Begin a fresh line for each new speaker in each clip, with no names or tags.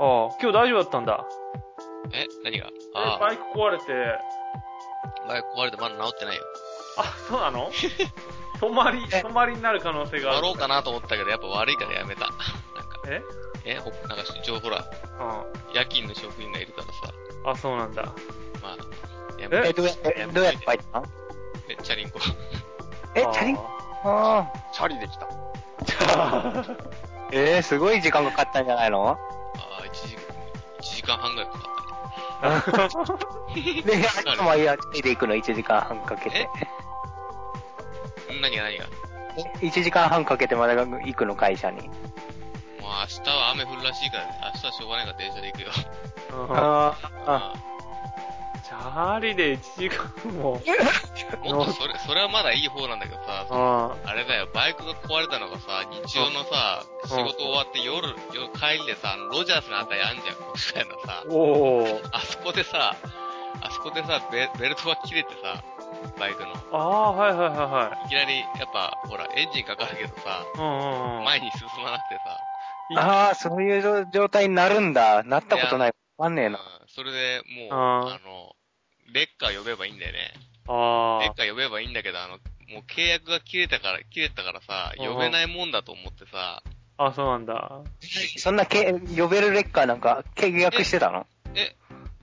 ああ、今日大丈夫だったんだ。
え何が
え
あ
バイク壊れて、
あ、バイク壊れてまだ治ってないよ。
あ、そうな の泊まり、
え
泊まりになる可能性があ
や
る。
ろうかなと思ったけど、やっぱ悪いからやめた。なんか、
え
えほなんか一応ほら、
う
夜勤の職員がいるからさ、
ん。あ、そうなんだ。
まあ、
え
やめ
え、どうやって、どうやってバイトなの
て、チャリンコ。
え
あ、ー
チ ャリンああ、チャリできた。えー、すごい時間かかったんじゃないの
ああ、1時間、一時間半ぐらいかかったね。
で、あっちもいや、チャリで行くの、1時間半かけて。
何が何が
1時間半かけてまだ行くの、会社に。
もう明日は雨降るらしいからね。明日はしょうがないから電車で行くよ。
うん
ああ、
あ
チャーリーで1時間も。
あもっとそれ、それはまだいい方なんだけどさ、その
あ
あれだよ、バイクが壊れたのがさ、日曜のさ、
ん
仕事終わって夜、夜帰りでさ、あのロジャースのあたりあんじゃん、国際のさ
あ。、おお。
あそこでさ、あそこでさ、ベベルトが切れてさ、バイクの。
ああ、はいはいはいはい
きなり、やっぱ、ほら、エンジンかかるけどさ、
い。うんうんうん。
前に進まなくてさ、
ああ、そういう状態になるんだ。なったことない。わかんねえな。
うんそれでもう、
あー
あの、レッカー呼べばいいんだよね。
あ
レッカー呼べばいいんだけど、あの、もう契約が切れたから、切れたからさ、
うんうん
呼べないもんだと思ってさ、
あ、あ、そうなんだ。
そんなけ、呼べるレッカーなんか契約してたの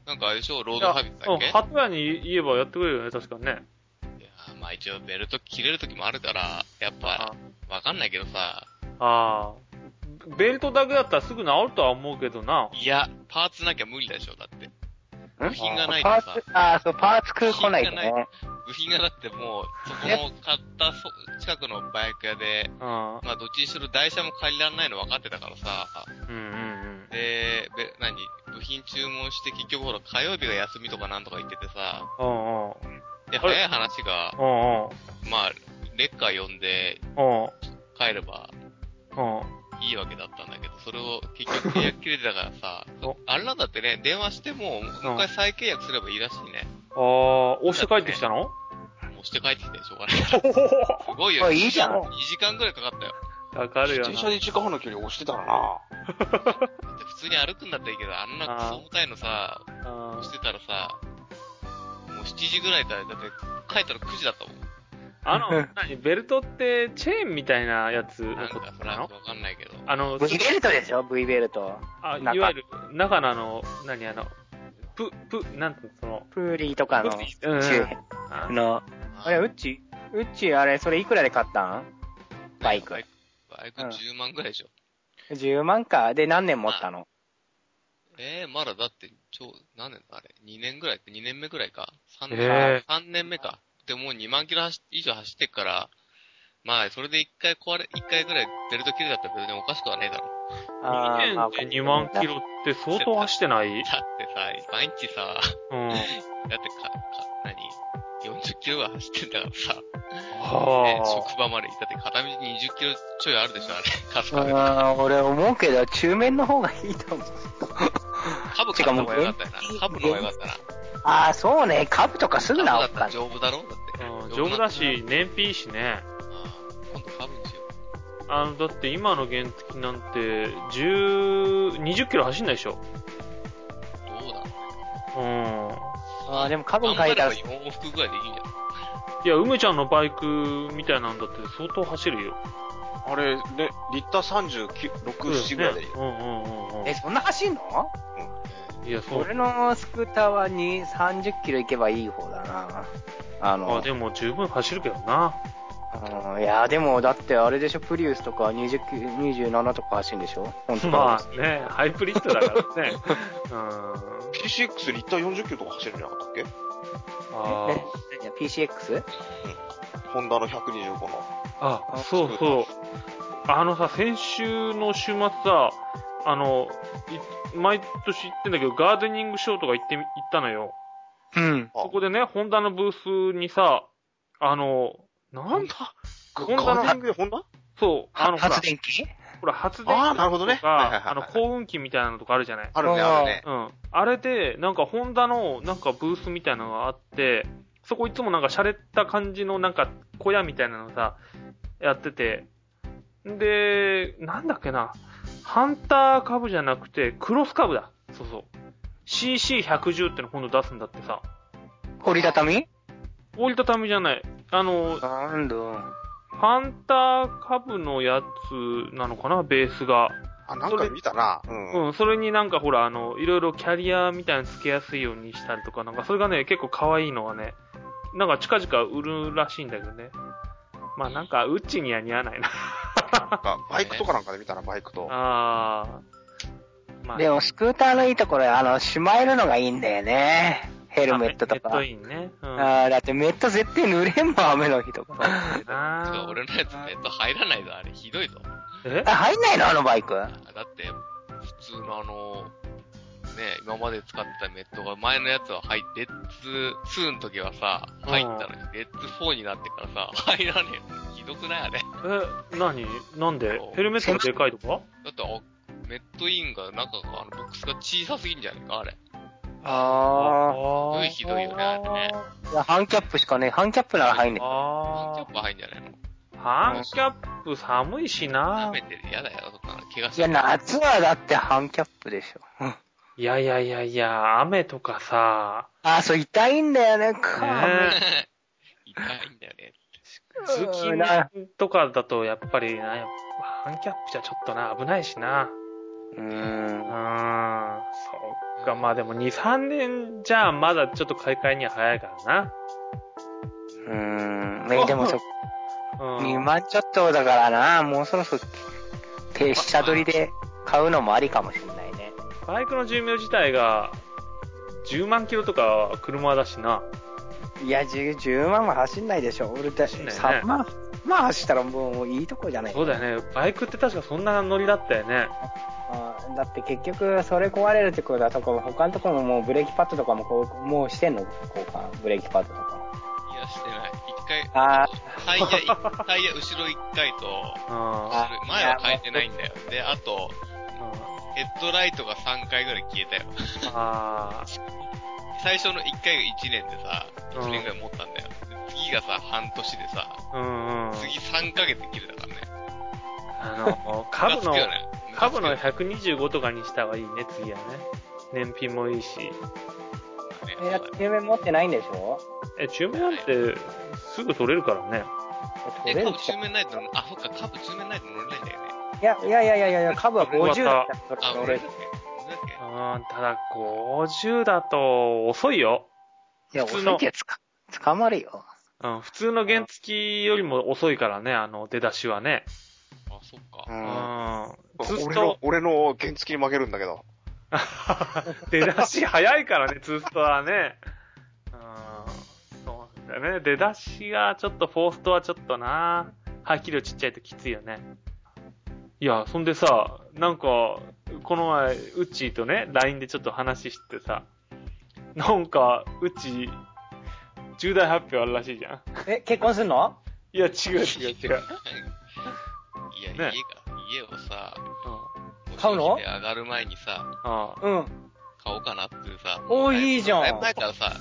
なんかあれでしょ、ロードサービスだっけ
うん、鳩屋に言えばやってくれるよね、確かにね。
いやーまあ一応ベルト切れる時もあるから、やっぱ、わかんないけどさ、
ああ。ベルトだけだったらすぐ治るとは思うけどな。
いや、パーツなきゃ無理でしょ、だって。部品がないと
パ
さ
ーツ、、ああ、そう、パーツ食う来ないと
品が
ね。
部品がだってもう、そこの買ったそ近くのバイク屋で、
うん。
まあどっちにしろ台車も借りらんないの分かってたからさ、
うんうん
で、べ何部品注文して結局ほら火曜日が休みとかなんとか言っててさ、
うん。うんうん。
で、
あれ
早い話が、
うんうん。
まあ、レッカー呼んで
うん。
帰れば
うん。
いいわけだったんだけど、それを結局契約切れてたからさ
お、
あれなんだってね、電話しても、もう一回再契約すればいいらしいね。
ああ、押して帰ってきたの
もうして帰ってきてしょうがないから。すごいよ。
あいいじゃん
2時間ぐらいかかったよ。
わかるよ
自
な。
転車で1時間半の距離を押してたらな。
だって普通に歩くんだったらいいけど、あんなクソ重たいのさ、
うん
してたらさ、もう7時ぐらいから、だって帰ったら9時だったもん。
あの、何ベルトってチェーンみたいなやつ
な
の
ん
こ
か
と
さ、
な
なん
の
かわかんないけど。
あの、
V ベルトでしょ ?V ベルト。
あい
中
わゆる、中のあの、何あの、プ、プ、なんてその、
プーリーとかの
プリうんうん
周辺
あ
の。あれ、うっちうっち、あれ、それいくらで買ったんバイク
バ。イクバイク
うん
10万ぐらいでしょ。
10万か。で、何年持ったの
えー、まだだって、ちょ、何年あれ ?2 年ぐらい ?2 年目ぐらいか ?3 年、
え
三年目か。でもう2万キロ走以上走ってっから、まあ、それで1回壊れ、1回ぐらいベルト切れだったら別におかしくはないだろ。
あーまあ
2年で2万キロって相当走ってない
だってさ、毎日さ、
うん。
だってか、か、何 ?40 キロが走ってんだからさ、ね
は
職場まで行ったって片道20キロちょいあるでしょ、あれ。カス
う
カで。
ーん、俺思うけど、中面の方がいいと思う。
ハブ買った方が良かったよな。ハブの方が良かったな。
ああ、そうね。カブとかすぐ治っ
ハブだった
た
ら丈夫だろだ
あ。うん、
って。
丈夫だ
うん
し、燃費いいしね。
今度ハブにしよう。
あの、だって今の原付なんて、10、20キロ走んないでしょ。
どうだろう
うん。
ああー、でもカブ
頑
買
張れ
いた
ば
ら、
4往復ぐらいできんじゃん。
いや、梅ちゃんのバイクみたいなんだって相当走るよ。
あれ、ね、リッター36、7ぐらいで
ね。うんうんうんうん
え、。そんな走んの
いや、そう
俺。のスクーターは2、30キロ行けばいい方だな。あの、
あ、でも十分走るけどな。
うんいや、でも、だってあれでしょ、プリウスとか20、27とか走るんでしょ本当
まあね、ハイブリッドだからね。うん。
PCX リッター40キロとか走るんじゃなかったっけ
あ
え何 ?PCX?
ホンダの125の。
あ、あ
あ
そうそう。あのさ、先週の週末さ、あの、い毎年行ってんだけど、ガーデニングショーとか行ってみ、行ったのよ。
うん。
あ
そこでね、ホンダのブースにさ、あの、なんだ
ホ
ンダの
ガーデニングでホンダ
そう、あの、ほら
発、電機
ほら、発電機
ああ、なるほどね
と。
はいはいは
か、あ
い
の、
はい。
幸運機みたいなのとかあるじゃない
あるね、あるね。
うん。あれで、なんかホンダの、なんかブースみたいなのがあって、そこいつもなんか洒落た感じのなんか小屋みたいなのさ、やってて、んで、なんだっけな、ハンター株じゃなくて、クロス株だ。そうそう。CC110 っての今度出すんだってさ。
折りたたみ
折りたたみじゃない。あの、
なんだ。
ハンター株のやつなのかな、ベースが。
あ、なんか見たな。うん。
うん、それになんかほら、あの、いろいろキャリアみたいにつけやすいようにしたりとか、なんかそれがね、結構可愛いのはね、なんか近々売るらしいんだけどね。まあなんか、うちには似合わ ないな。
なんか、バイクとかなんかで見たな、バイクと。
あー。ま
でも、スクーターのいいところは、あの、しまえるのがいいんだよね。ヘルメットと
ヘッド
か。
インね。うん。
ああ、だってメット絶対濡れんもん、雨の日とか。
て
あ
か俺のやつネット入らないぞ、あれ。ひどいぞ。
え
あ、入んないのあのバイク。
だって、普通のあの、ね、今まで使ってたメットが前のやつは入って、レッツ2の時はさ、入ったのに、レッツ4になってからさ、入らねえの。ひどくないあれ。
え、なになんでヘルメットがでかいとか
だって、あメットインが中が、あの、ボックスが小さすぎんじゃないか、あれ。
あ
あ
ひどいよねあれね
あ。いや、ハンキャップしかね、ハンキャップなら入んね
ワ
あ
ンキャップ入んじゃないの
ー。ハンキャップ寒いし
舐
な
め。てる。やだよ、そんなの怪我し
い
ちゃ
や、
う。
夏はだってハンキャップでしょ。
いやいやいやいや、雨とかさ、
あ、そう、痛いんだよね。か
ね
痛いんだよね。
通勤
な
とかだとやっぱりな、やっぱハンキャップじゃちょっとな、危ないしな。う
う。
んーん、そっか、まあでも2、3年じゃまだちょっと買い替えには早いから
うん。ね、でもそ、
な。うん。
2万ちょっとだからな、もうそろそろ、停車取りで買うのもありかもしれないね。
バイクの寿命自体が10万キロとか車だしな。
いや、10, 10万は走んないでしょ。俺だし、
走んないね
3万、まあ走ったらもうもういいとこじゃない
そうだよね。バイクって確かそんなノリだったよね。
あーだって結局、それ壊れるってことは、とこ他のところももうブレーキパッドとかもこう、もうしてんの交換、ブレーキパッドとか。
いや、してない。一回、
あ
タイヤ一、タイヤ後ろ一回と、
うん。
あ
前は変えてないんだよ。で、あと、
うん
ヘッドライトが3回ぐらい消えたよ。
あー
最初の1回が1年でさ、
うん
1年ぐらい持ったんだよ。で次がさ、半年でさ、
うんうん。
次3ヶ月で切れたからね。
あの、株の
ムカつく、よね
株の
ムカつ
125とかにしたはいいね、次はね。燃費もいいし。
くよ
え、
ね
だって夢持ってないんでしょ
え、注文なんてすぐ取れるからね。
取
え、
れる
株
気
中
が
面ないと、あ、そっか、株中面ないと乗れないんだよね。
いや、いやいやいやいやいや、株は50だったら
あ、乗
乗
れ
れる。
るだっけ
うん、ただ50だと遅いよ。
いや、
普
遅
通の
いけどつか、捕まるよ。
うん、普通の原付きよりも遅いからね、あの出だしはね。
あ、そっ
う
か。
ん。
うん。ツース
俺の
ト、、
俺の原付に負けるんだけど。
出だし早いからね、ツーストはね。うん。そうなんだね。出だしがちょっと、フォーストはちょっとな。排気量ちっちゃいときついよね。いや、そんでさ、なんか、この前、ウッチーとね、LINE でちょっと話してさ、なんか、ウッチー、重大発表あるらしいじゃん。
え、結婚すんの
いや、違う違う違う。
いや、家
ね
が、家をさ、
うん。
買うの
で上がる前にさ、
ああ
うん。
買おうかなっていうさ。
おー
だぶ
いいじゃん
だいぶ前からさ、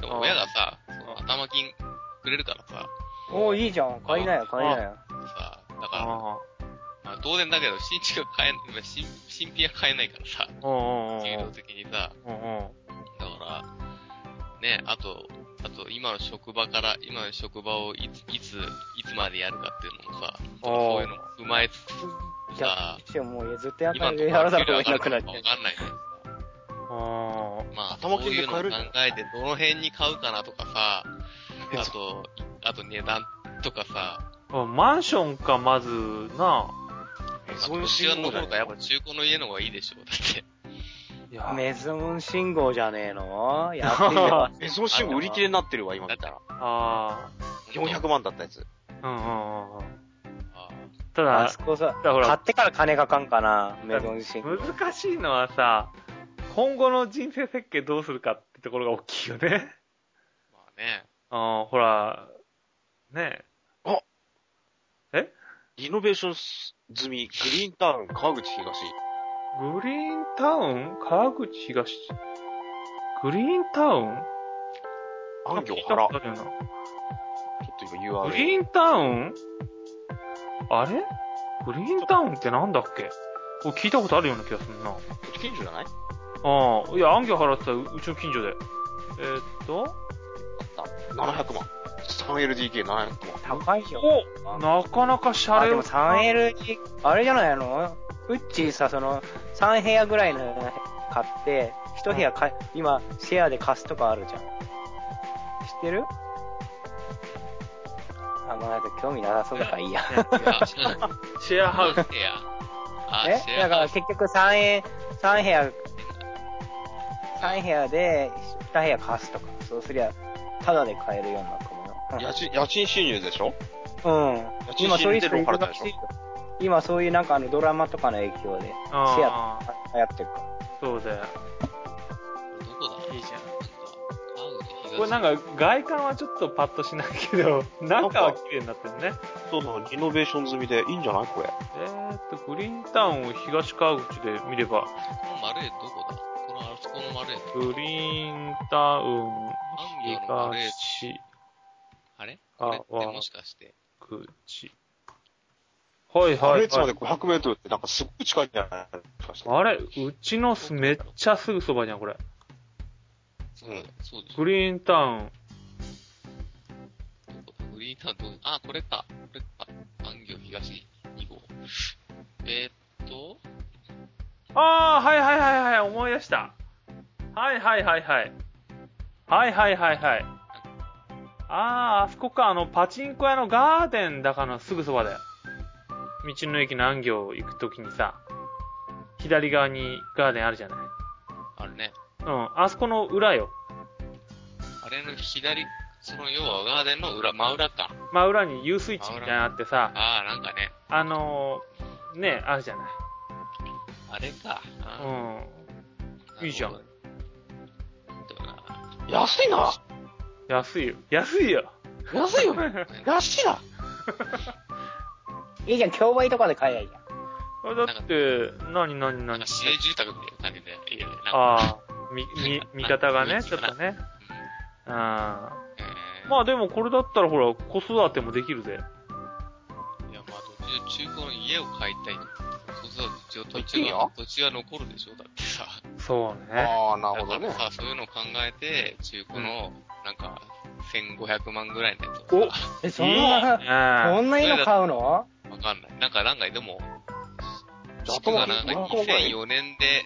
でも親がさ、その
うん
頭金くれるからさ、
おいいじゃん。買いなよ、買いなよ。
さ、だから、
ああ。
まあ当然だけど、新築は買え、まあ新、新品は買えないからさ、
うんうんうん
給料的にさ、
うんうん。
だから、ね、あと、あと、今の職場から、今の職場をいつ、いつ、いつまでやるかっていうのもさ、そういうのを踏まえつつ
じゃ
さ
あ、、一応もうずっとやった
今
ら
の
やらざるを
が
得なくなっちゃ
わ
う。
かんないね。
あ
まあ、そ
頭
う
金
い
で
うの
買え
を考
るじゃん
えて、どの辺に買うかなとかさ、あと、あと値段とかさ、
あ。マンションか、まず、な
え
まあ、こっち側の方がやっぱ中古の家の方がいいでしょう。だって、
いや
メゾン信号じゃねえのやってみれば
え、そのシーン売り切れになってるわ、今見たら。
あ
400万だったやつ。
あ、うんうんうんうん。
あ
ただ、
あそこさ、
だほ
買
ら
っ、てから金かかんかな、メゾン信号。
難しいのはさ、今後の人生設計どうするかってところが大きいよ ね。
まあね、
ああ、ほら、ね
リノベーション済み、グリーンタウン、川口東。
グリーンタウン川口東。グリーンタウン
安行
聞いた
原。
こ
ち
とあ
ょ
るよな
っと今 URL。
グリーンタウンあれグリーンタウンってなんだっけこれ聞いたことあるような気がするな。
こっち近所じゃない
ああ、いや、アンギョ払ってたうちの近所で。えーっと、
あった。700万。3LDK700 万。
高いよ。
おなかなかシャ
あ、
レ
で
を
も 3L に、あれじゃないのうっちーさ、その、3部屋ぐらいの買って、1部屋か、今、シェアで貸すとかあるじゃん。知ってるあ、まあ、なんか興味なさそうだからいいや。
いや、シ ェ
シェアハウス。
ア。あ、
え
シェ
だ
ア
か
ハ
ら
ウス。
結局3円、3部屋、3部屋で2部屋貸すとか、そうすりゃ、タダで買えるようになるかも
家賃、家賃収入でしょ
な。うん。
家賃
今
収
そうい
入で
う人
ロー
い
カル
る
で
ら
し
し
ょ
いよ今そういうなんかあのドラマとかの影響で、シェ
あ
ア流行ってるから。
あ、そうだよ。
どこだ
いいじゃん。
ん
これなん
か、
か外観はちょっとパッとしないけど、中は綺麗になってるね。
そうそう、リノベーション済みでいいんじゃないこれ。
えーっと、グリーンタウンを東川口で見れば、
丸絵どこだこのあそこの丸絵。
グリーンタウン
安行の丸絵。
東
あれ
あ
これって
わ
もしかして。
口。はい
パ
は
レ
い、
ッツまで
はい。
500メートルってなんかすごい近いんじゃないもしか
あれうちのすめっちゃすぐそばじゃん、これ。
そうだよそうでしょ。
グリーンタウン。
どこだグリーンタウンどうあ、これか。これか。安行東2号。えーっと、
ああ、はいはいはいはい、思い出した。はいはいはいはい。はいはいはいはい。ああー、あそこか、あの、パチンコ屋のガーデンだからすぐそばだよ。道の駅の安行行くときにさ、左側にガーデンあるじゃない。
あれね。
うん、あそこの裏よ。
あれの左、その要はガーデンの裏、真裏か。
まあ裏に遊水地みたいなのあってさ、
ああ、なんかね。
あのー、ね、あるじゃない。
あれか。あ
う
ー
いいじゃん。
なるほどどうだ
安いな。
ん。安いよ。安いよ。
安いよ。安いな。
いいじゃん、競売とかで買えばいいじゃん。
あだって、なになにな
なん
に
か市営住宅みたいな感じで、いいよね。なんか
ああ、み、み、見方がね、ちょっとね。あ
うんえ
あ
ー
まあでもこれだったらほら、子育てもできるぜ。
いや、まあ、途中、中古の家を買いたい。そうすると、途
い
中
いよ
は、途中は残るでしょだってさ。
そうね。
ああ、な
だ
るほ
か
どね
ら。さ、そういうのを考えて、中古の、なんか、1500万ぐらいのやつ
お
をさ
え、そんな、
な
そんないいの買うの
わかんない。なんか、なんか、でも、
じゃあ、
軸
とも
が
か
なんか
く500ぐらい
2004年で、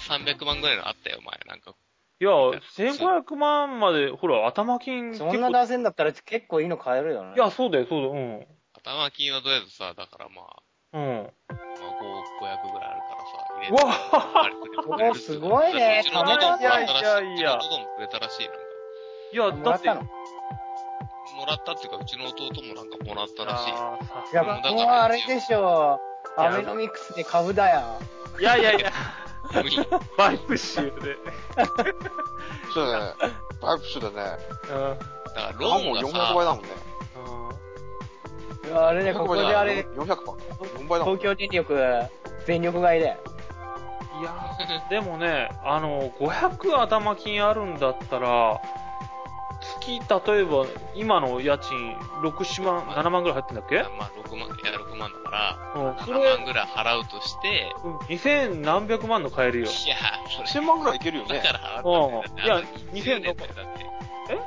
1000 1300万ぐらいのあったよ、前。なんか、
いや、1500万まで、ほら、頭金結
そ
構。
んな出せんだったら結構いいの買えるよね。
いや、そうだよ、そうだよ、
頭金はとりあえずさ、だからまあ、
うん。うん。
まあ、5、500ぐらいあるからさ、入れ
うわ
おーすごいね
たま
いやいやいや
いや。うちの弟もくれたらしい。なんか
いや、
も
だ
ら
っ、
ってたの
あ
もらったっていうか、うちの弟もなんかもらったらしい。
あー、さ
い
す
や、
が。
もうあれでしょ。
いや
アベノミクスで株だよ。
いやいやいや、
無理。
バイプ集で。
そうだね。バイプ種だね。
うん。
だからロ
ロー
ー
ン
ン
も
が
400
さ
倍、だもんね。
あれね、ここであれ、
400倍。4倍だもん
東
ね。
京電力、全力買いだよ。
いやー、でもね、あの、500頭金あるんだったら、月、例えば、今の家賃、6、7万、7万ぐらい入ってんだっけ
まあ6万、いや6万だから、
うん、そ
7
れ
万、ぐらい払うとして、
うん2000何百万の買える
い
よ。
や、それ、
1000万ぐらいいけるよね
だ。から払ったんだよ。だって
うん
20
いや
年だよ、だっ
え
て。?20 年だよ、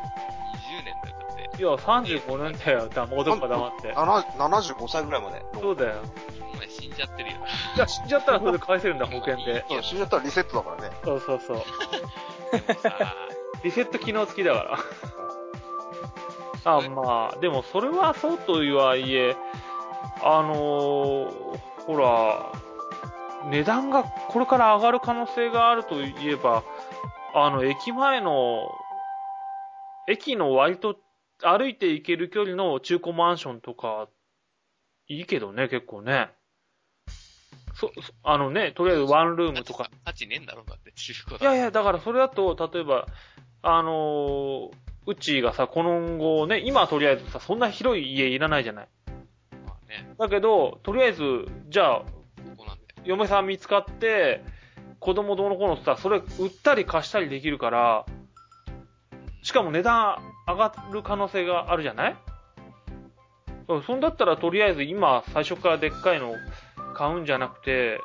だって。
いや、35年だよ、黙男が黙って。
な75歳ぐらいまで。ローン
そうだよ。
お前死んじゃってる よな。
じゃあ、死んじゃったらそれで返せるんだ、保険で。
そう、死んじゃったらリセットだからね。
そうそうそう。
でもさ、
リセット機能付きだから。 あまあ、でもそれはそうとはいえ、あのーほら、値段がこれから上がる可能性があるといえば、あの、駅前の、駅の割と歩いて行ける距離の中古マンションとか、いいけどね、結構ね。そ、そあのね、とりあえずワンルー
だ
ム
って
と
さ
か。
価値ねえんだろ、だって、中古
い
だ。
やいや、だからそれだと、例えば、あのーうちがさ、この後ね、今はとりあえずさ、そんな広い家いらないじゃない。
まあね、
だけど、とりあえず、じゃあ、
ここなんだよ。
嫁さん見つかって、子供どうの子のってさ、それ売ったり貸したりできるから、しかも値段上がる可能性があるじゃないうんそんだったらとりあえず今最初からでっかいの買うんじゃなくて、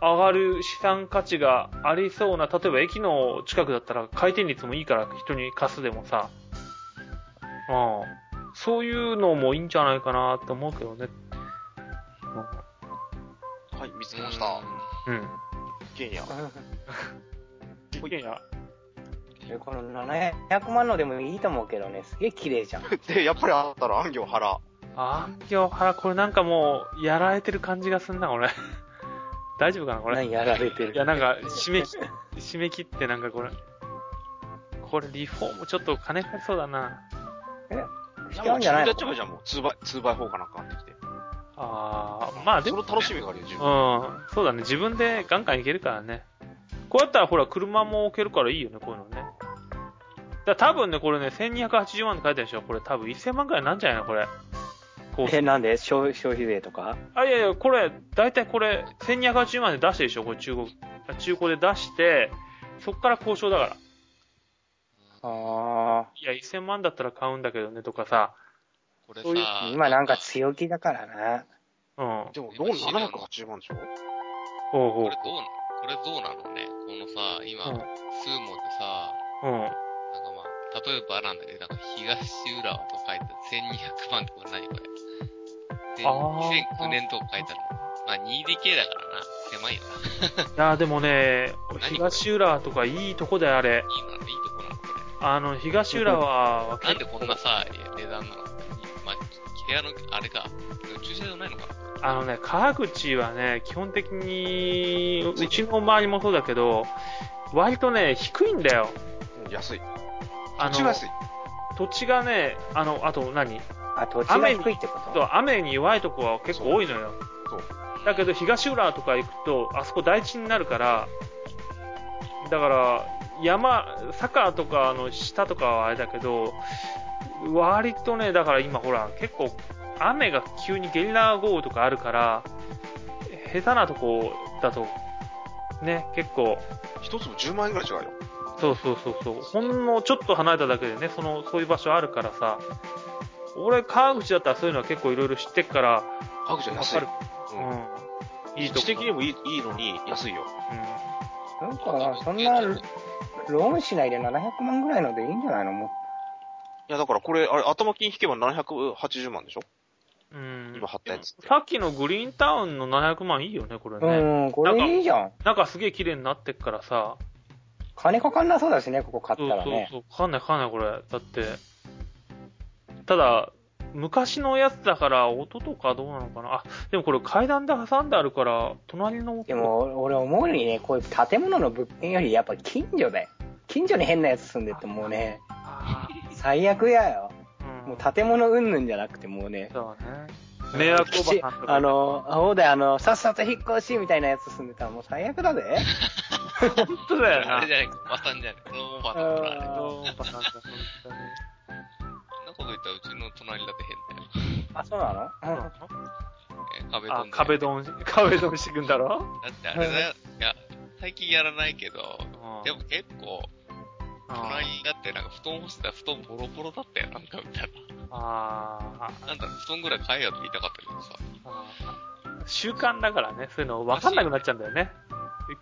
上がる資産価値がありそうな、例えば駅の近くだったら回転率もいいから人に貸すでもさ、うん、そういうのもいいんじゃないかなって思うけどね。
はい、見つけました。
うん。
一軒家。
一軒家。
えこの700万のでもいいと思うけどね、すげえ綺麗じゃん。
で、やっぱりあったら、安行原。
あんぎょはら、これなんかもう、やられてる感じがすんな、これ。 大丈夫かな、これ。
何やられて
いや、
る。
なんか、締め切、締め切ってなんかこれ、これリフォームちょっと金かかりそうだな。
しちゃうんじゃない
や
の
っちゃえばいいじゃん、もう。2倍、2倍方かなんか買ってきて。
あー、まあで
そ
も、
の楽しみがあるよ、自分。
うん、そうだね、自分でガンガンいけるからね。こうやったらほら、車も置けるからいいよね、こういうのね。だから多分ね、これね、1280万って書いてあるでしょ。これ多分1000万くらいなんじゃないのこれ。こう
え、なんで消消費税とか
あ、いやいや、これ、だいたいこれ、1280万で出してるでしょ、これ中古、あ中古で出して、そっから交渉だから。
あ
いや、1000万だったら買うんだけどね、とかさ。
これ
そういう
さ、
今なんか強気だからな。
うん。
でも、ローン780万でしょ
ほうほ
これどうな、これどうなのね。このさ、今、
うん
スーモでさ、
う。うん。
なんかまあ、例えばなんだけど、なんか東浦和と書いてある。1200万ってこれ何これ。で、
あー
2009年とか書いてあるまあ 2DK だからな。狭いよな。い
いや、でもね、
何
東浦とかいいとこだよ、あれ。
いな、いいとこなのこれ。
あの、東浦は、
なんでこんなさ、値段なのまあ、部屋の、あれか、駐車場ないのかな
あのね、川口はね、基本的に、うちの周りもそうだけど、割とね、低いんだよ。
うん、安い。
あの、
一番安い。
土地がね、あの、あと何
あ、土地が低いってこと
と雨に弱いとこは結構多いのよ。
そう
だけど東浦とか行くと、あそこ台地になるから、だから山、坂とかの下とかはあれだけど、割とね、だから今ほら、結構雨が急にゲリラ豪雨とかあるから、下手なとこだと、ね、結構、
一粒10万円ぐらい違うよ。
そうそうそうそう。ほんのちょっと離れただけでね、その、そういう場所あるからさ、俺、川口だったらそういうのは結構いろいろ知ってっから、
家具じゃ
わ
安
か
い
る。。
うん。
うん。いい
位
と
置
こ。
的にもいいいいのに、安いよ。
う
なんか、そんな、ローンしないで700万ぐらいのでいいんじゃないのもう
いや、だからこれ、あれ、頭金引けば780万でしょ
ん。うん。
今貼ったやつ。
さっきのグリーンタウンの700万いいよね、これね。
うん、これいいじゃん。
なんかすげえ綺麗になってっからさ。
金かかんなそうだしね、ここ買
そ
っ
う
たら
そう
ね。
そう。かかんないかかんない、これ。だって。ただ、昔のやつだから、音とかどうなのかな。あ、でもこれ階段で挟んであるから、隣の。
でも、俺思うにね、こういう建物の物件よりやっぱ近所だよ。近所に変なやつ住んでってもうね、
あ
最悪やよ。
ー、う
も
ん
う。建物云々じゃなくてもうね、
そうだね。迷惑おばさんとか。
あ、の、青であの、さっさと引っ越しみたいなやつ住んでたらもう最悪だぜ。
本当だよな。
あれじゃないか、おばさんじゃない。そのおばさんほらあれ。
ゃ
そ
ん
迷
ん
惑おばさんだ本当に
なこと言ったらうちの隣だって変だよ。
あ、そうな
そう
の
なの
え壁ドン
あ
だよ、
壁ドン、壁ドンしてくんだろ
だってあれだよ。いや、最近やらないけど、でも結構、
うん
隣だってなんか布団干してたら布団ボロボロだったよ、なんかみたい
あ
な。なんだろう、布団ぐらい買えよって言いたかったけどさ。
あ、習慣だからね、そういうの分かんなくなっちゃうんだよね。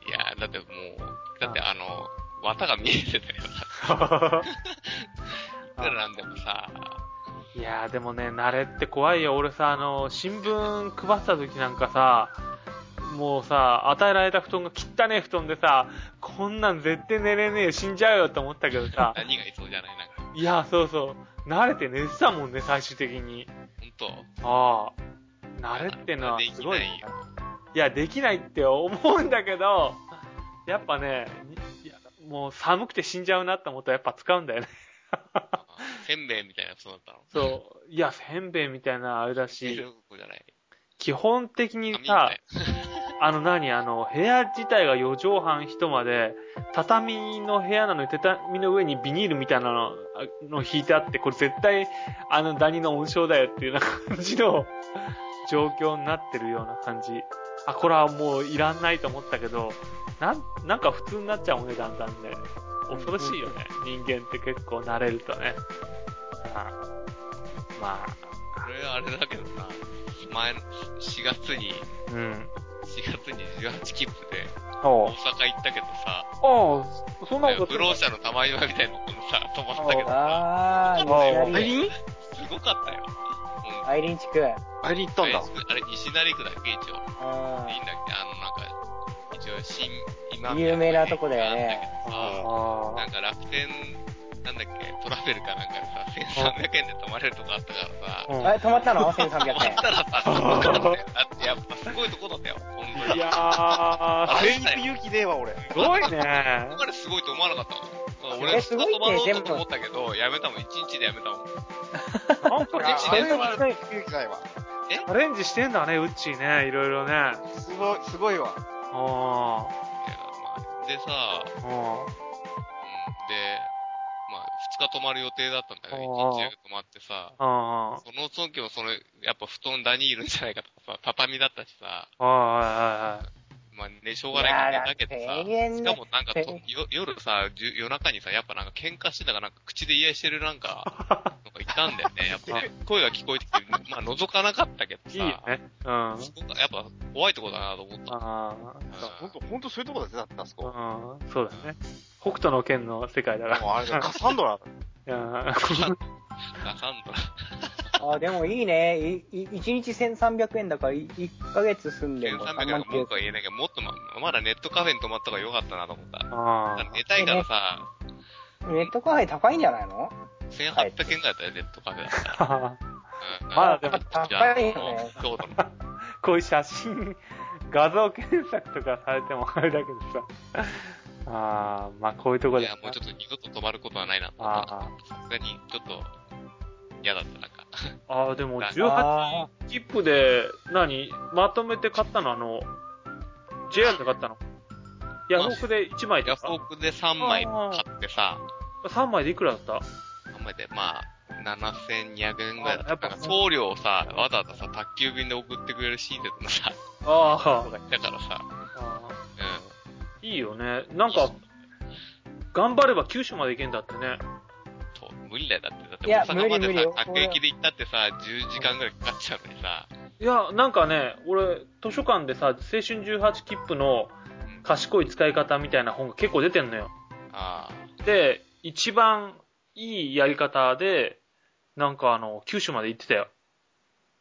いやーだってもう、だってあの、綿が見えてたよ。だからなんでもさ、
いやーでもね、慣れって怖いよ。俺さ、あの、新聞配ってた時なんかさ、もうさ、与えられた布団が汚ねえ布団でさ、こんなん絶対寝れねえよ、死んじゃうよって思ったけど さ、
何がいそうじゃないなんか、
いやーそうそう、慣れて寝てたもんね、最終的に。
ほんと。
ああ、慣れってのは
でき
すごい。
ないよ。
いや、できないって思うんだけど、やっぱね、いやもう寒くて死んじゃうなって思ったらやっぱ使うんだよね。
せんべいみたいな布団だったの。
そう。いや、せんべいみたいなあれだ
冷蔵
し、
庫じゃない。
基本的に
紙みた
さ
い、
あの何、あの、部屋自体が4畳半一間で、畳の部屋なのに畳の上にビニールみたいなのあの引いてあって、これ絶対、あのダニの温床だよっていうような感じの状況になってるような感じ。あ、これはもういらんないと思ったけど、なん、なんか普通になっちゃうもんね、だんだんね。恐ろしいよね。人間って結構慣れるとね。あまあ、
れあれだけどな、前の4月に、
うん。
4月に18切符で大
おう。
阪行ったけどさ、
ああ、そんなこと
不老者のたまり場みたいなの さ、止まったけどさ、
あ
あ
ー、西
アイ
成。
リン
すごかったよ。うん
アイリン地区。うん。
アイリン行ったんだ。
あれ、西成区だっけ一応。いいんだっけあの、なんか、一応、新、今宮
有名なとこだよね。
あ
あ
なんか楽天、なんだっけ、トラベルかなんかでさ、1300円で泊まれるとこあったからさ、
あ
あれ、止まったの
泊
?1300
まっ
円。
たらさ、すごかったよ。だってやっぱすごいとこだったよ、本当
い
に。
やー、
あ
あ
れ
れ
に
に
行
行
く
く
勇気ねえわ、俺。
すごいね
だ。からすごいと思わなかったもん。
え
俺、
す
ずっ
ご
と
いって
泊まろうと思ったけど、やめたもん、1日でやめたもん。
なんか
いや
ね、
あ
アレ
れ
ン
は
行く勇気ないわ。
アレンジしてんだね、うっちーね、いろいろね。
すごい、すごいわ。
あ
でさ、
あ、あ
うん、で、まあ、2日泊まる予定だったんだけど、
ああ
1日だけ泊まってさ、
あ、あ
その時もその、やっぱ布団ダニいるんじゃないかとかさ、畳だったしさ、
あ、ああ、
まあね、しょうがないか
い
ら
や
寝
ー
たけど
だっ
さ、
て永遠ね
しかもなんかと
永遠
よ夜さ、じゅ夜中にさ、やっぱなんか喧嘩してたからなんか口で言い合いしてるな んか、なんかいたんだよね、やっぱ。声が聞こえてきて、まあ覗かなかったけど
いいよ
さ、
ね。うん。あ
そこがやっぱ怖いとこだなと思った。
あ、
ほんと、ほんとそういうとこだぜ、だってあ そこ。も
うん、そうだね。北斗の剣の世界だ
う
か
あれだよ、カサンドラ。
ら。
ガサンと。
あ、でもいいね。いい1日1300円だから、い1ヶ月住んでも
1300
3万
円なんか文句は言えないけど、もっとま、まだネットカフェに泊まった方が良かったなと思った。
あ
寝たいからさ、
ネットカフェ高いんじゃないの
1800円ぐらいだったよ、ネットカフェだったら。
あ。
うん
まあでも
高いよね。
そうだな。
こういう写真、画像検索とかされてもあれだけどさ。ああ、まあこういうとこ
い
で。
や、もうちょっと二度と止まることはないなと思った
あ
さすがに、ちょっと、嫌だった、なんか。
あ、ああ、でも18
あ
切符で、何まとめて買ったのあの、JR で買ったのヤフオクで1枚で
ヤ
さ
フオクで3枚買ってさ、
3枚でいくらだった
3枚で、まあ、7200円ぐらいだ
あやった
っ。
ぱ
なんか送料をさ、わざわざさ、宅急便で送ってくれる親切のさ、
あ
人がいたからさ、うん。
あ。いいよね。なんか、頑張れば九州まで行けんだってね。
そう、無理だよ、だって。だって
いや
大阪ま
無理
で
無理
さ
よ、
各駅で行ったってさ、10時間ぐらいかかっちゃうのにさ、
いや、なんかね、俺、図書館でさ、青春18切符の
うん
賢い使い方みたいな本が結構出てんのよ。
あ
で、一番いいやり方で、なんかあの、九州まで行ってたよ。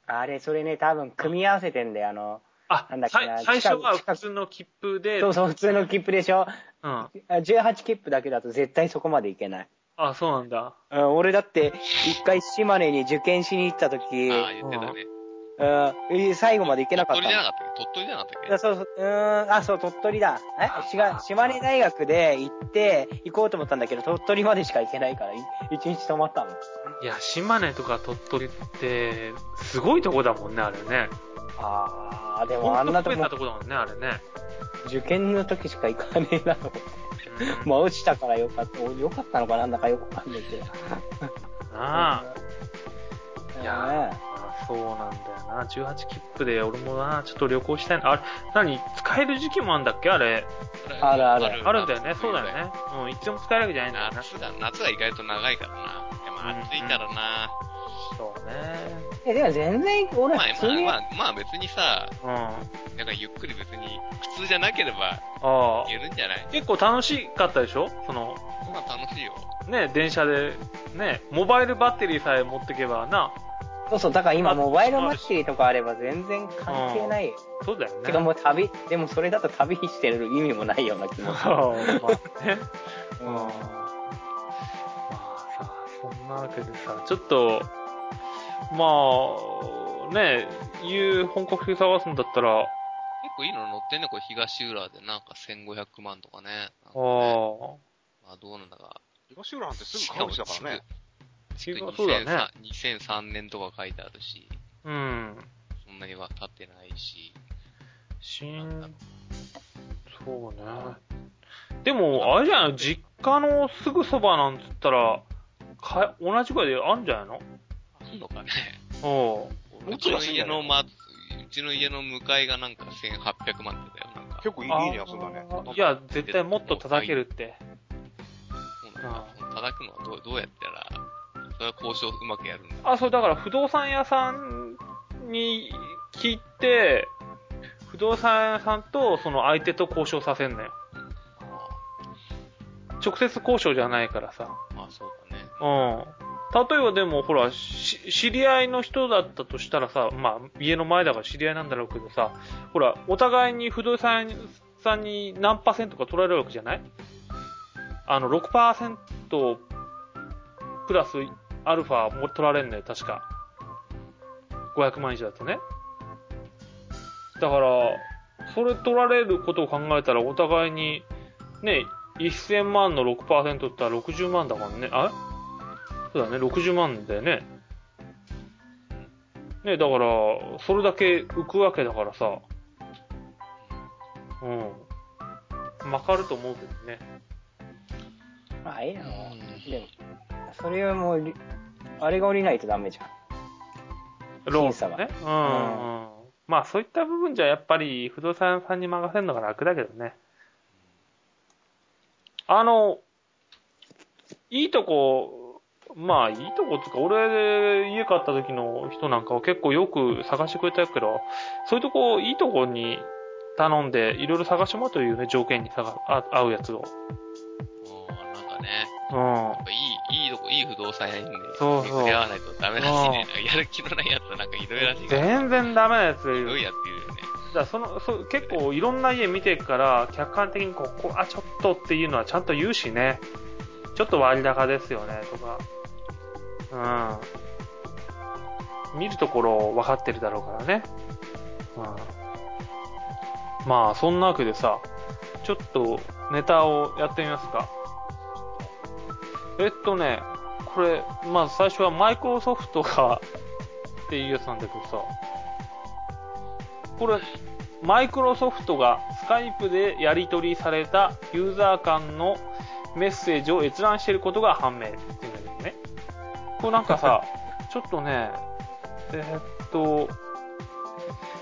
あれ、それね、多分組み合わせてんだよ、あの。
あ
なんだ、っけな
さい最初は
近く
普通の切符で、
そうそう、普通の切符でしょ。
うん。
あ18切符だけだと絶対そこまでいけない。
あ、そうなんだ。
うん、俺だって、一回島根に受験しに行った時、
ーあー、
う
言ってたね。
んえ、最後まで行けなかっ
鳥取じ
た。
ゃなかったっけ鳥取じゃなかったっけ
いやそうそう、うーん、あ、そう、鳥取だ。え違う、島根大学で行って、行こうと思ったんだけど、鳥取までしか行けないから、い一日泊まったの。
いや、島根とか鳥取って、すごいとこだもんね、あれね。
あー、でもあ
ほ
ん
ん
な
と
と
増え
こ
た、とこだもんね、あれね。
受験の時しか行かねえなと思 って。
うん
まあ、落ちたからよかった、よかったのかなんだかよくわかんないけど。
なあ。
うん
いやあそうなんだよな。18切符で、俺もな、ちょっと旅行したいな。あれ、何使える時期もあんだっけあれ。
あるある
あるんだよね。そうだよ。ね。うん、いつでも使えるわけじゃないんだよな。
夏が、夏が意外と長いからな。でも暑いからな。
そうね。
え、でも全然、俺、
まあ
普通に、
まあ、まあ、まあ別にさ、
うん。あ
なんかゆっくり別に、普通じゃなければ
あ
い。けるんじゃない
結構楽しかったでしょその、
まあ楽しいよ。
ね、電車で、ね、モバイルバッテリーさえ持ってけばな。
そうそう、だから今、
あ
モバイルバッテリーとかあれば全然関係ないよ。
そうだよね。
てかもう旅、でもそれだと旅してる意味もないような気もす
そう
る。
まあね。
うん
まあさ、そんなわけでさ、ちょっと、まあ、ね、いう本格的探すんだったら、あ
結構いいの乗ってんね、これ東浦でなんか1500万とかね。なんかね
あ、
まあどうなんだか。
東浦なんてすぐ川口だからね。
違
築
う、そうだね。
2003 2003年とか書いてあるし、
うん。
そんなには経ってないし。
新、そうね。でも、あれじゃないの実家のすぐそばなんつったら、か同じぐらいであんじゃないの
あんのかね。
おう
もっ
う
と
ちの
安いんじ
家
ゃない
の、ま、うちの家の向かいがなんか1800万って言ったよ、なんか。
結構いい
あ
ね、遊んだね。
ーいや、絶対もっと叩けるって。
そうなんだ。叩くのはどうどうやったらそれは交渉うまくやるんだ。
あ、そう、だから不動産屋さんに聞いて、不動産屋さんとその相手と交渉させんのよ。直接交渉じゃないからさ。
まあそうだね。
うん。例えばでも、ほら、し知り合いの人だったとしたらさ、まあ、家の前だから知り合いなんだろうけどさ、ほら、お互いに不動産屋さんに何パーセントか取られるわけじゃないあの、6%プラスアルファも取られるんだよ、確か。500万以上だとね。だから、それ取られることを考えたら、お互いに、ね、1000万の6%って言ったら60万だからね。あれそうだね、60万だよね。ね、だから、それだけ浮くわけだからさ。うん。まかると思うけどね。
まあ、いいな、もう。でも、それはもうり、あれが降りないとダメじゃん。
ローン
僅差は
ね。うん。うんまあそういった部分じゃやっぱり不動産屋さんに任せるのが楽だけどね。あの、いいとこ、まあいいとこっていうか、俺家買った時の人なんかは結構よく探してくれたけど、そういうとこ、いいとこに頼んでいろいろ探してもらうというね、条件に探あ合うやつを。
うん、なんかね、
うん。
やっぱいい、いいとこ、いい不動産屋にね、
そうそう
巡り合わないとダメらしいね。なんかやる気のないやつはなんかひどいらしいから。
全然ダメなやつがい
ひ
る
どいやついるよね。
だからそのそ結構いろんな家見ていくから客観的にここあちょっとっていうのはちゃんと言うしねちょっと割高ですよねとかうん見るところ分かってるだろうからね、うん、まあそんなわけでさちょっとネタをやってみますかえっとねこれまず最初はマイクロソフトがっていうやつなんだけどさこれマイクロソフトがスカイプでやり取りされたユーザー間のメッセージを閲覧していることが判明っていうんだけどね。これなんかさ、ちょっとね、えーっと、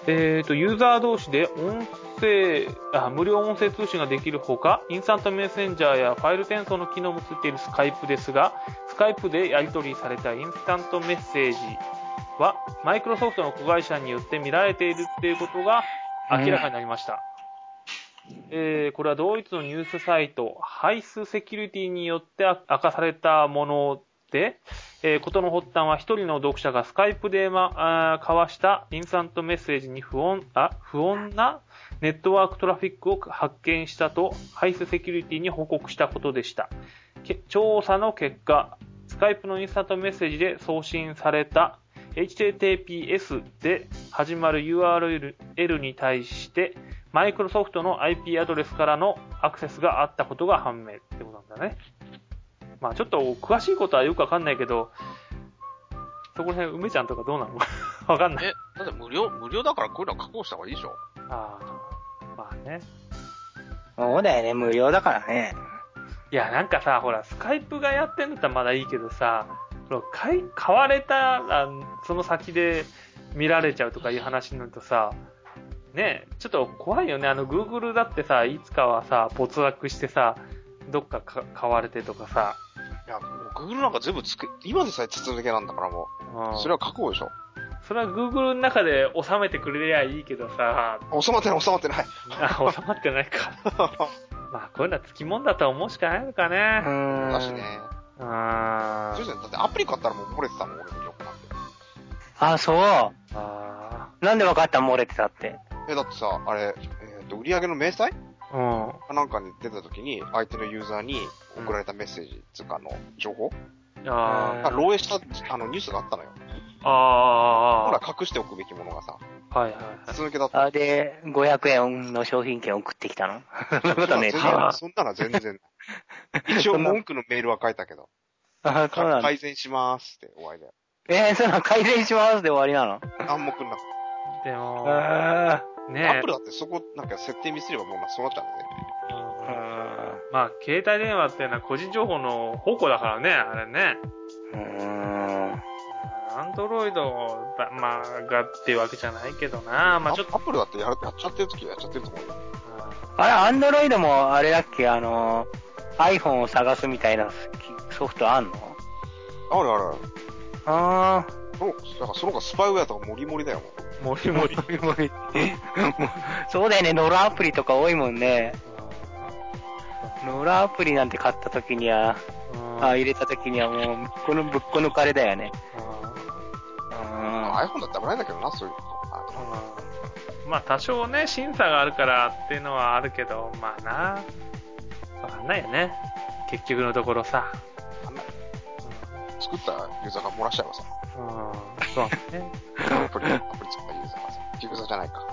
えーっと、ユーザー同士で音声あ、無料音声通信ができるほか、インスタントメッセンジャーやファイル転送の機能もついているスカイプですが、スカイプでやり取りされたインスタントメッセージは、マイクロソフトの子会社によって見られているっていうことが明らかになりました。えーこれは同一のニュースサイト、ハイスセキュリティによって明かされたもので、えーことの発端は一人の読者がスカイプで、ま、あー交わしたインスタントメッセージに不穏あ不穏なネットワークトラフィックを発見したと、ハイスセキュリティに報告したことでした。け調査の結果、スカイプのインスタントメッセージで送信された HTTPS で始まる URL に対して、マイクロソフトの IP アドレスからのアクセスがあったことが判明ってことなんだね。まあちょっと詳しいことはよくわかんないけど、そこら辺梅ちゃんとかどうなの わかんない。
え、だって無料、無料だからこういうのは確保した方がいいでしょ
ああ、まあね。
そうだよね、無料だからね。
いや、なんかさ、ほら、スカイプがやってんだったらまだいいけどさ、ほら買い買われたら、その先で見られちゃうとかいう話になるとさ、ねえちょっと怖いよね。あの、Google だってさ、いつかはさ、没落してさ、どっかか買われてとかさ、
いや、もう Google なんか全部つけ、今でさえ筒抜けなんだからも
うん
う。それは確保でしょ。
それは Google の中で収めてくれりゃいいけどさ、
収まってない、収まってない。
あ収まってないか。 まあ、こういうのはつきもんだと思うしかないのか
う
ね。
ーん。
だしね。
う
ジョ
ん。
ジョだってアプリ買ったらもう漏れてたもん、俺の情報なんて。
あ、そう。
あ
なんで分かった漏れてたって。
え、だってさ、あれ、えっ、と、売り上げの明細
ーうん。
かなんかに出た時に、相手のユーザーに送られたメッセージ、つうかあの、情報
あー
が漏洩した、あの、ニュースがあったのよ。
あ
ほ
ー
ら、隠しておくべきものがさ、
はいはいはい。
筒抜けだった。
あ、で、500円の商品券送ってきたの そんなことねえ
そ
な
うだそんなの全然ない。一応文句のメールは書いたけど、
あ、そうなんだ。
改善しますって終わりだよ。
えー、その改善しますで終わりなの
暗黙になっ
でも、
あ
ね
た。アップルだってそこなんか設定ミスればもうなそうなっちゃうんだ
う
ね。
ん
あ。
まあ、携帯電話っていうのは個人情報の宝庫だからね、あれね。
うーん。
アンドロイドだ、まあ、がっていうわけじゃないけどな。まあ、ちょっと。
アップルだってやるやっちゃってる時はやっちゃってると思うよ。
あれ、アンドロイドもあれだっけあの、iPhone を探すみたいなソフトあんの
あるあるある。
あ
そのだからその他スパイウェアとかモリモリだよ、もう。
う。もり
ー、も
も り。
りもり。もう そうだよね、ノラアプリとか多いもんね。ノラアプリなんて買った時には、
うん
あ入れた時にはもう、このぶっこ抜かれだよね。
iPhone だったらもらえんだけどな、そういうこと。あ
うんまあ多少ね、審査があるからっていうのはあるけど、まあな。わかんないよね。結局のところさ。
あんな作ったユーザーが漏らしちゃえばさ、
うん。そうね。
アプリ、アプリ作ったユーザーがさ、ユーザーじゃないか。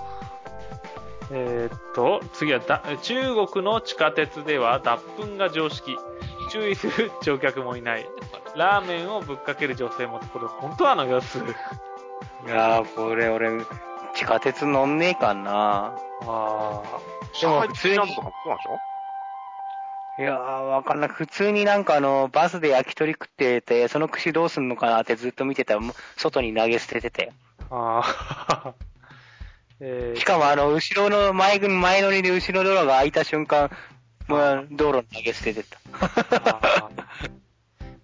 えーっと、次はだ、中国の地下鉄では脱粉が常識。注意する乗客もいない。ラーメンをぶっかける女性も、これ本当はあの様子。
いやー、これ俺、地下鉄乗んねえかな。
あ
上海的なのとかもそうなんでしょ
いやー、わかんない。普通になんかあの、バスで焼き鳥食ってて、その串どうすんのかなってずっと見てたら、もう外に投げ捨ててて。
あ。ああ。えー
しかもあの、後ろの前組、前乗りで後ろドアが開いた瞬間、もう道路に投げ捨ててた。
あー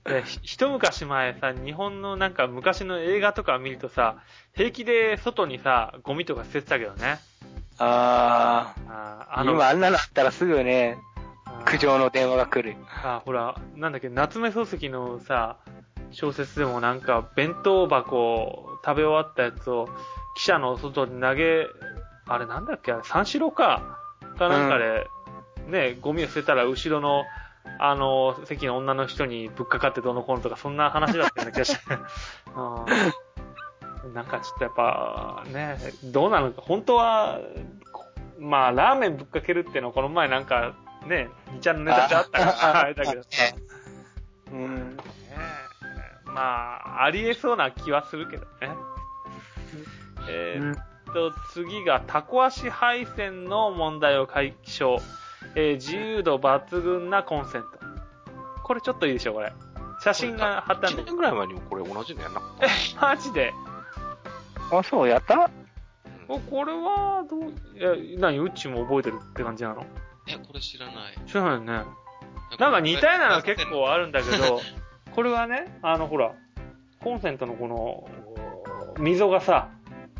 でひ一昔前さ、日本のなんか昔の映画とか見るとさ、平気で外にさ、ゴミとか捨ててたけどね。
あ
あー
ー、今あんなのあったらすぐね、苦。
あー
情の電話が来る。
あー、ほら、なんだっけ、夏目漱石のさ、小説でもなんか、弁当箱食べ終わったやつを、記者の外に投げ、あれなんだっけ、あれ三四郎か。かなんかで、ね、ゴミを捨てたら後ろの、あの、席の女の人にぶっかかってどうのこうのとか、そんな話だったような気がして。うん なんかちょっとやっぱ、ね、どうなのか、本当は、こまあ、ラーメンぶっかけるっていうのはこの前なんか、ね、2ちゃんのネタであったから、あれだけどさ、ね
うん。
まあ、ありえそうな気はするけどね。えーっえっと、次がタコ足配線の問題を解消。えー自由度抜群なコンセント。これちょっといいでしょ、これ。写真が貼ってある
1
んだけ
年
ど。
ぐらい前にもこれ同じのやんなかっ
マジで。
あ、そう、やった
た。
おこれは、どう、え、何、うっちも覚えてるって感じなの
え、これ知らない。
知らないよね。なんか似たようなの結構あるんだけど、 これはね、あの、ほら、コンセントのこの、溝がさ、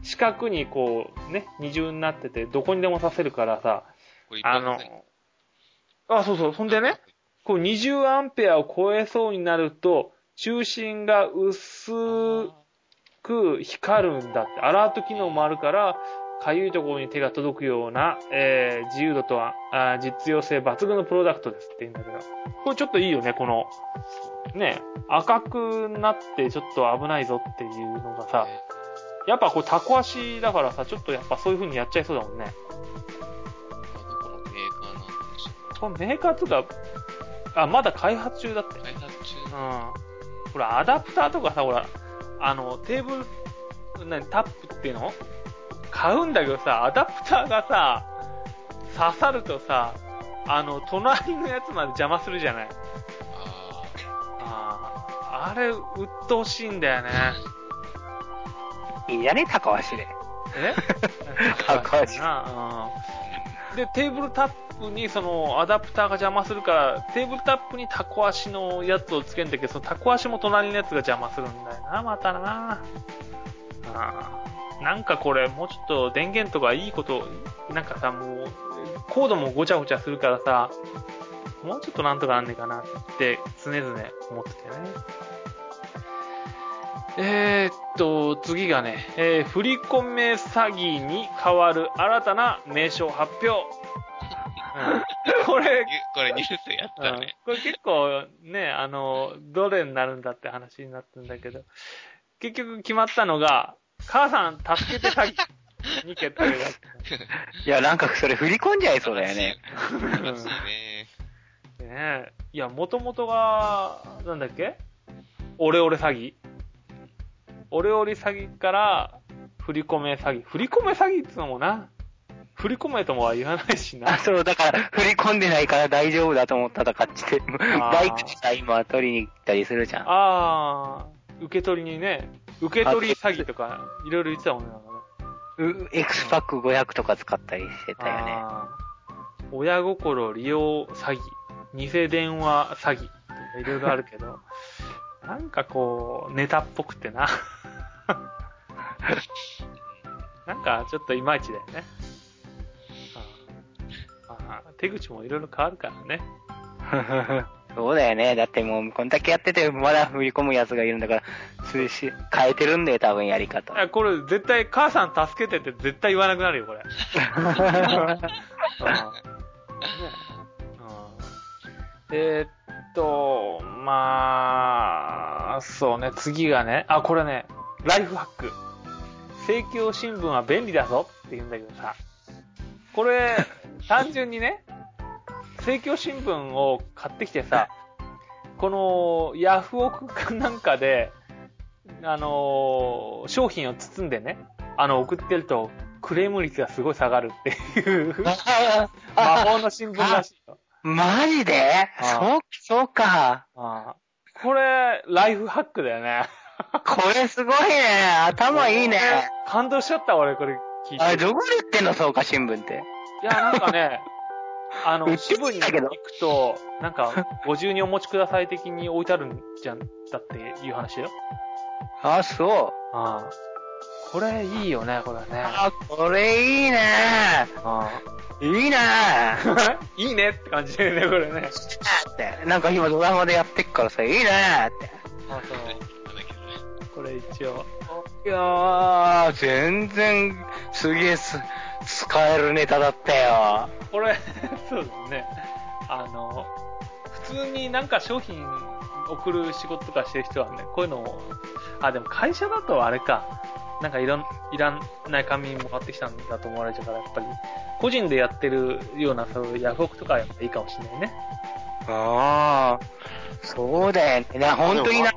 四角にこう、ね、二重になってて、どこにでも刺せるからさ、
これ一
あ
般
の
的に、
あ、そうそう、そんでね、こう20アンペアを超えそうになると、中心が薄く光るんだって。アラート機能もあるから、かゆいところに手が届くような、えー自由度とはあー実用性抜群のプロダクトですって言うんだけど。これちょっといいよね、この、ね、赤くなってちょっと危ないぞっていうのがさ、やっぱこうタコ足だからさ、ちょっとやっぱそういう風にやっちゃいそうだもんね。
あどこのメーカーなんでしょ
このメーカーとか、あ、まだ開発中だって
う。開発中
うん
の。
ほら、アダプターとかさ、ほら、あの、テーブル、なにタップっていうの買うんだけどさ、アダプターがさ、刺さるとさ、あの、隣のやつまで邪魔するじゃない。
あ
あーあれ、鬱陶しいんだよね。
いいんじゃね高橋で。
え
高橋。
な、うん。で、テーブルタップに、その、アダプターが邪魔するから、テーブルタップにタコ足のやつをつけんだけど、そのタコ足も隣のやつが邪魔するんだよな、またな。あーなんかこれ、もうちょっと電源とかいいこと、なんかさ、もう、コードもごちゃごちゃするからさ、もうちょっとなんとかなんねえかなって常々思っててね。えー、っと、次がね、えー、振り込め詐欺に変わる新たな名称発表。うんこれ
ー、ゆこれニュースやっ
う
た
ん
ね。
これ結構ね、あの、どれになるんだって話になったんだけど、結局決まったのが、母さん助けて詐欺に決定だ
いや、なんかそれ振り込んじゃいそうだよね。
っ
悲しいね。
た。ねいや、もともとが、なんだっけオレオレ詐欺オレオレ詐欺から、振り込め詐欺。振り込め詐欺っつうのもな、振り込めともは言わないしな
あ、。そう、だから、振り込んでないから大丈夫だと思ったとかっつって、バイクした今取りに行ったりするじゃん。
あー、受け取りにね、受け取り詐欺とか、いろいろ言ってたもんね。なんかね
うエクスパック500とか使ったりしてたよね。
あー親心利用詐欺、偽電話詐欺とかいろいろあるけど、 なんかこう、ネタっぽくてな。 なんかちょっといまいちだよね。ああまあ手口もいろいろ変わるから ね。
そうだよね。だってもう、こんだけやってて、まだ振り込むやつがいるんだから、通し、変えてるんだよ、多分や り方。
あこれ絶対、母さん助けてって絶対言わなくなるよ、これ。うんねうんえーっと、まあ、そうね、次がね、あ、これね、ライフハック。政教新聞は便利だぞって言うんだけどさ、これ、単純にね、政教新聞を買ってきてさ、このヤフオクかなんかで、あのー商品を包んでね、あの、送ってると、クレーム率がすごい下がるっていう。魔法の新聞らしいよ。
マジで
あ
そう、そうか。
ああこれ、ライフハックだよね。
これすごいね。頭いいね。
感動しちゃった、俺、これ聞い
あれ、
て。
どこで売ってんの、そうか、新聞って。
いや、なんかね、あ
売
の、
って
支部に行
たけど
くと、なんか、ご自由にお持ちください的に置いてあるんじゃん、だっていう話だよ。
あ、そう。
ああこれ、いいよね、これね。
あ、これいいね。
あ
いいね。
あいいねって感じだよね、これね。
って、なんか今ドラマでやってっからさ、いいねって。
あそうこれ一応。
いやー、全然、すげえす、使えるネタだったよ。
これ、 そうですね。あの、普通になんか商品送る仕事とかしてる人はね、こういうのを、あ、でも会社だとあれか、なんかいろん、いらない紙もらってきたんだと思われちゃうから、やっぱり、個人でやってるような、そういうヤフオクとかはやっぱいいかもしれないね。
あー、そうだよね。な、本当にな、
い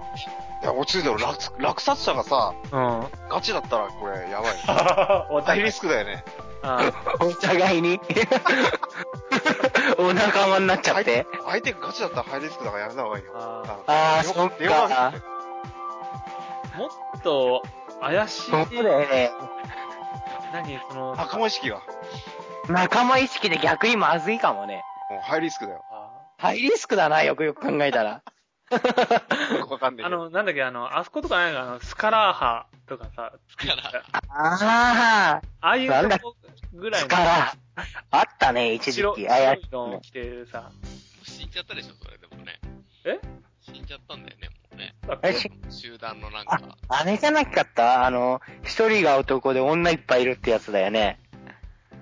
や、落ち着いてる。落、落札者がさ、
うん。
ガチだったらこれ、やばい。
お
大
互
リ
い
スクだよね。
あ
お互いに。 お仲間になっちゃって。
相手がガチだったらハイリスクだからやめた方がいいよ。
あ
あー、
よ
そっ
よ
か。
もっと怪しい。
そうだよね。
何その、
仲間意識が。も
仲間意識で逆にまずいかもね。
うハイリスクだよ。
あ
ハイリスクだな、よくよく考えたら。
よくわかんない
あ
けど。
の、なんだっけ、あの、あそことかないのあの、スカラーハとかさ、
あ
ああいう
なんだ
とこぐ
ー、
らいの
力。あったね、一時
白
期。
白
怪し
いのを着てるさ、
死んじゃったでしょ、それでもね。
え
死んじゃったんだよね、もうね。
えし
集団のなんか、
あれじゃなかったあの、一人が男で女いっぱいいるってやつだよね。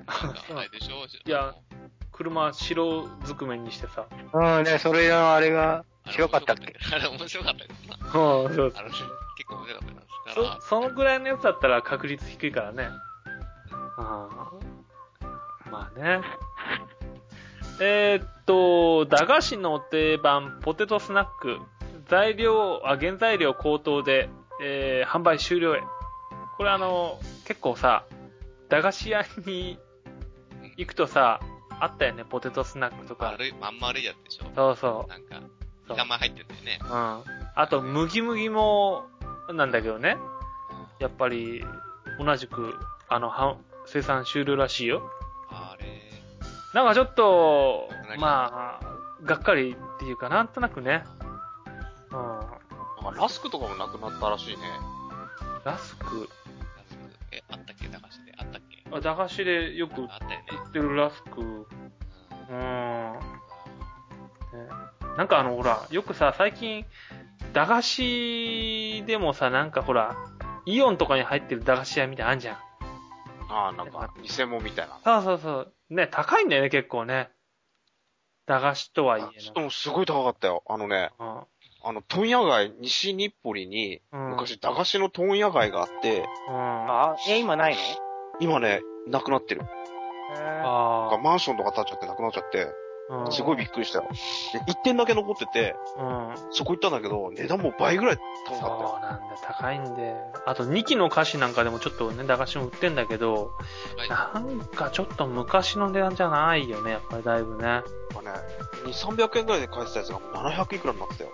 なんかあれでしょ
いや 車白ずくめにしてさ、
うん、ね、それのあれが、
あの
白かったっけ
あれ面白かったけどな。
そうそう
あれ、結構面白かったな。だか
そ
ら、
そのぐらいのやつだったら確率低いからね。ああまあ ね。えーっと、駄菓子の定番、ポテトスナック。材料、あ、原材料高騰で、えー販売終了へ。これあの、結構さ、駄菓子屋に行くとさ、あったよね、ポテトスナックとか。
丸い、まん丸いやつでしょ。
そうそ
なんか、
う。そう
板前入ってたよね。
うん。あと、麦麦も、なんだけどね。やっぱり、同じく、あの、は生産終了らしいよ。
あれ、
なんかちょっと
なくな、り
まあ、がっかりっていうかなんとなくね。うん。
なんかラスクとかもなくなったらしいね。
ラスク。
え、あったっけ駄菓子で。あったっけ
あ駄菓子でよく売
あったよね。
ってるラスク。
うん
うん。ねなんかあの、ほら、よくさ、最近、駄菓子でもさ、なんかほら、イオンとかに入ってる駄菓子屋みたいなのあんじゃん。
ああ、なんか、偽物みたいな。
そうそうそう。ね、高いんだよね、結構ね。駄菓子とはいえな。
でもすごい高かったよ。あのね、
うん
あの、問屋街、西日暮里に、
うん
昔駄菓子の問屋街があって、
うん。あ
あ、え、今ないの
今ね、なくなってる。なんか
あ
マンションとか建っちゃってなくなっちゃって、
ー。
すごいびっくりしたよ。で、1点だけ残ってて、
うん。うん。
そこ行ったんだけど、値段も倍ぐらい高かったよ。
そうなんだ、高いんで。あと、2期の菓子なんかでもちょっとね、駄菓子も売ってんだけど、
高い
なんかちょっと昔の値段じゃないよね、やっぱりだいぶね。あ
なんかね、2、300円ぐらいで買えてたやつがもう700いくらになってたよ。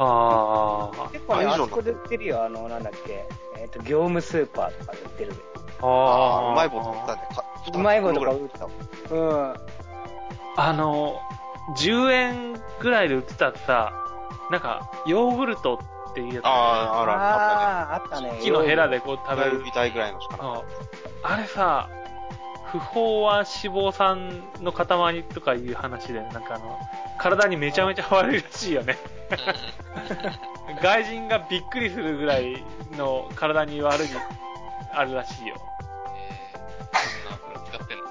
あー。
結
構ねあ以上だあそこ
で売ってるよ、あの、なんだっけ。えっ、と、業務スーパーとかで売ってる。
ああ
うまい棒とか売ったんで、か
うまい棒と
二袋ぐ
か
らい
売ったうん。
あの、10円ぐらいで売ってたさ、なんか、ヨーグルトってっていうやつ。
ああ、あら、あっ
ああー、あったね。
木のヘラでこう食
たね。
べ
食べ
る
る。みたいぐらいのしかな
ああれさ、不飽は脂肪酸の塊とかいう話で、なんかあの、体にめちゃめちゃ悪いらしいよね。外人がびっくりするぐらいの体に悪い、あるらしいよ。
えー、そんな油使ってんの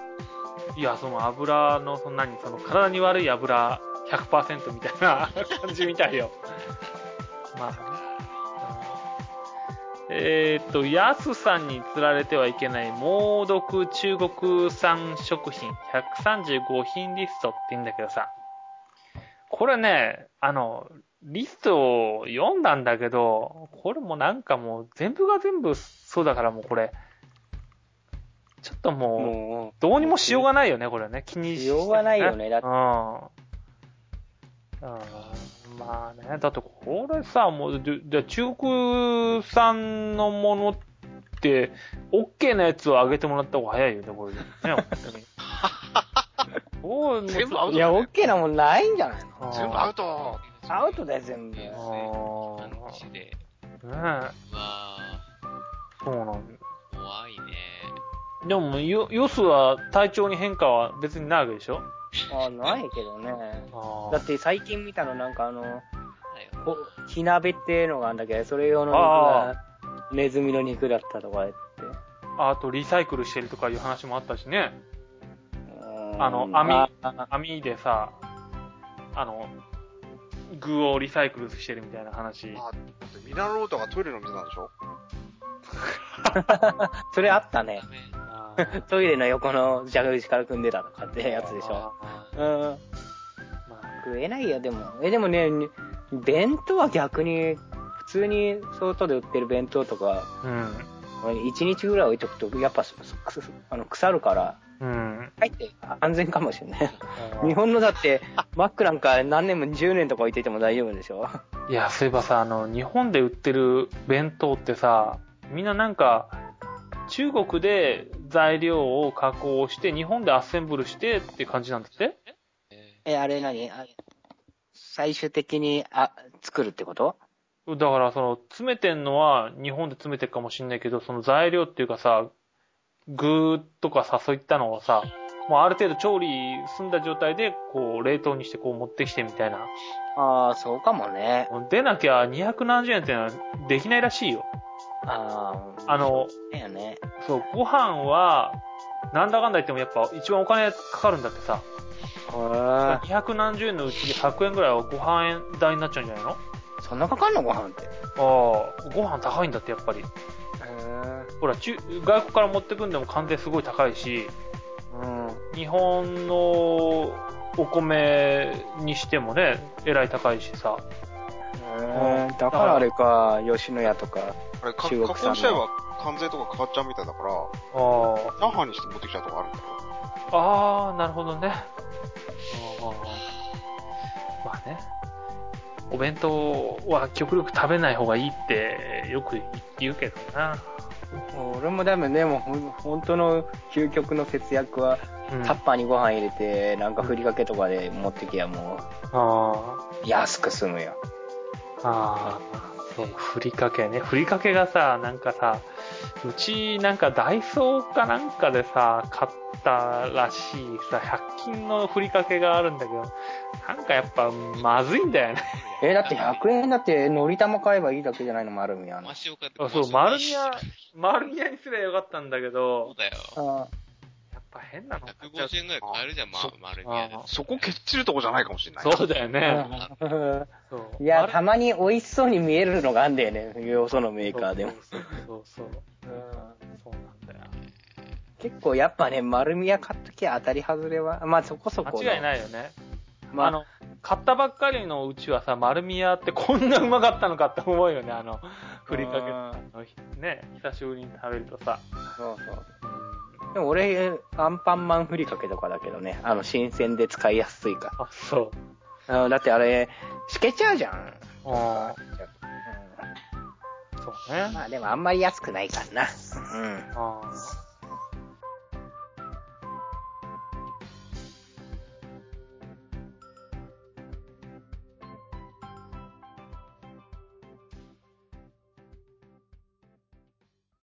いや、その油の、そんなに、その体に悪い油100%みたいな感じみたいよ。まあ、うんえーっと、ヤスさんに釣られてはいけない猛毒中国産食品135品リストって言うんだけどさ、これね、あの、リストを読んだんだけど、これもなんかもう全部が全部そうだからもうこれ、ちょっともう、
も
どうにもしようがないよね、これね。気に
しようがないよねだって
うん。うんまあね、だってこれさ、もう、じゃじゃあ中国産のものって、OK なやつをあげてもらった方が早いよね、これね。ね、 本当に。
全部ア
う、
ウ
い
ト
や、
だ
オッ
ね。
ケーなもんないんじゃないの
あー
全部アウト
アウトだよ、全部。
いいですね。
あ
あの地で。
ーね
うわ
そうなん
ー、怖いね。
でも、よ、よすは体調に変化は別にないわけでしょ
あないけどね。
あ
だって最近見たのなんかあの、
だよ
こ火鍋っていうのがあるんだけど、それ用の肉
あ
がネズミの肉だったとか言って。
あ。あと、リサイクルしてるとかいう話もあったしね。
うん
あの網網でさ、あの、具をリサイクルしてるみたいな話。
あミラノートがトイレ飲んでたんでしょ
それあったね。
あ
トイレの横の蛇口から組んでたとかってやつでしょ。
あ
うん。
ーまあ
食えないよ、でも。え、でもね、に弁当は逆に、普通に外で売ってる弁当とか、
うん。
1日ぐらい置いとくと、やっぱそそくすあの腐るから、
うん。
入って安全かもしれない。日本のだって、マックなんか何年も10年とか置いてても大丈夫でしょ
いや、そういえばさ、あの、日本で売ってる弁当ってさ、みんななんか、中国で材料を加工して、日本でアッセンブルしてって感じなんだって
え
え、あれ何あ最終的に、あ、作るってこと
だから、その、詰めてんのは日本で詰めてるかもしんないけど、その材料っていうかさ、具とかさ、そういったのをさ、もうある程度調理済んだ状態で、こう、冷凍にしてこう持ってきてみたいな。
ああ、そうかもね。
でなきゃ270円ってのはできないらしいよ。
ああ、
あの、
だよね。
そう、ご飯は、なんだかんだ言ってもやっぱ一番お金かかるんだってさ、
へ
2何十円のうち100円ぐらいはご飯代になっちゃうんじゃないの
え。そんなかかんのご飯って。へ
ああ、ご飯高いんだってやっぱり。ほら、中、外国から持ってくんでも関税すごい高いし、
うん。
日本のお米にしてもね、えらい高いしさ。
へえだからあれか、吉野家とか。
あれ、か加
中国産の
工しちゃえば関税とかかかっちゃうみたいだから、
あー
チャーハンにして持ってきちゃうとこあるんだよ。
あー、なるほどね。あーまあね。お弁当は極力食べない方がいいってよく言うけどな。
俺もダメね、もうほん本当の究極の節約は、
うん、
タッパーにご飯入れて、なんかふりかけとかで持ってきゃも
あ
う、安く済むよ。
ーあー、そう、ふりかけね。ふりかけがさ、なんかさ、うちなんかダイソーかなんかでさ、買ったらしいさ、100均のふりかけがあるんだけど、なんかやっぱまずいんだよね。
え、だって100円だって、のり玉買えばいいだけじゃないの、丸みは
マシオカっ て
あそう、
マ
丸
シ
ニ
オカ
ア、丸ニアにすればよかったんだけ
そう
ど、
だよ。
あ
やっぱ変なの買っちゃう
150円ぐらい買えるじゃん、ま
そ、
丸にアで
あ。
そこけっちるとこじゃないかもしれない。
そうだよね。
あ。
そう
い
い
や、たまに美味しそうに見えるのがあんだよね、要素のメーカーでも。。
そうそうそうそう。そうなんだよ。
結構やっぱね、丸みは買っときゃ当たり外れは、まあそこそこ。
間違い
い。
ないよね。
まあ、
あの、買ったばっかりのうちはさ、丸見屋ってこんなうまかったのかって思うよね、あの、ふりかけあの。ね、久しぶりに食べるとさ。
そうそう。でも俺、アンパンマンふりかけとかだけどね、あの、新鮮で使いやすいか
あ、そう。
ら。うんだってあれ、しけちゃうじゃん。
あ
う
そうね
ん。まあでもあんまり安くないからな。
あー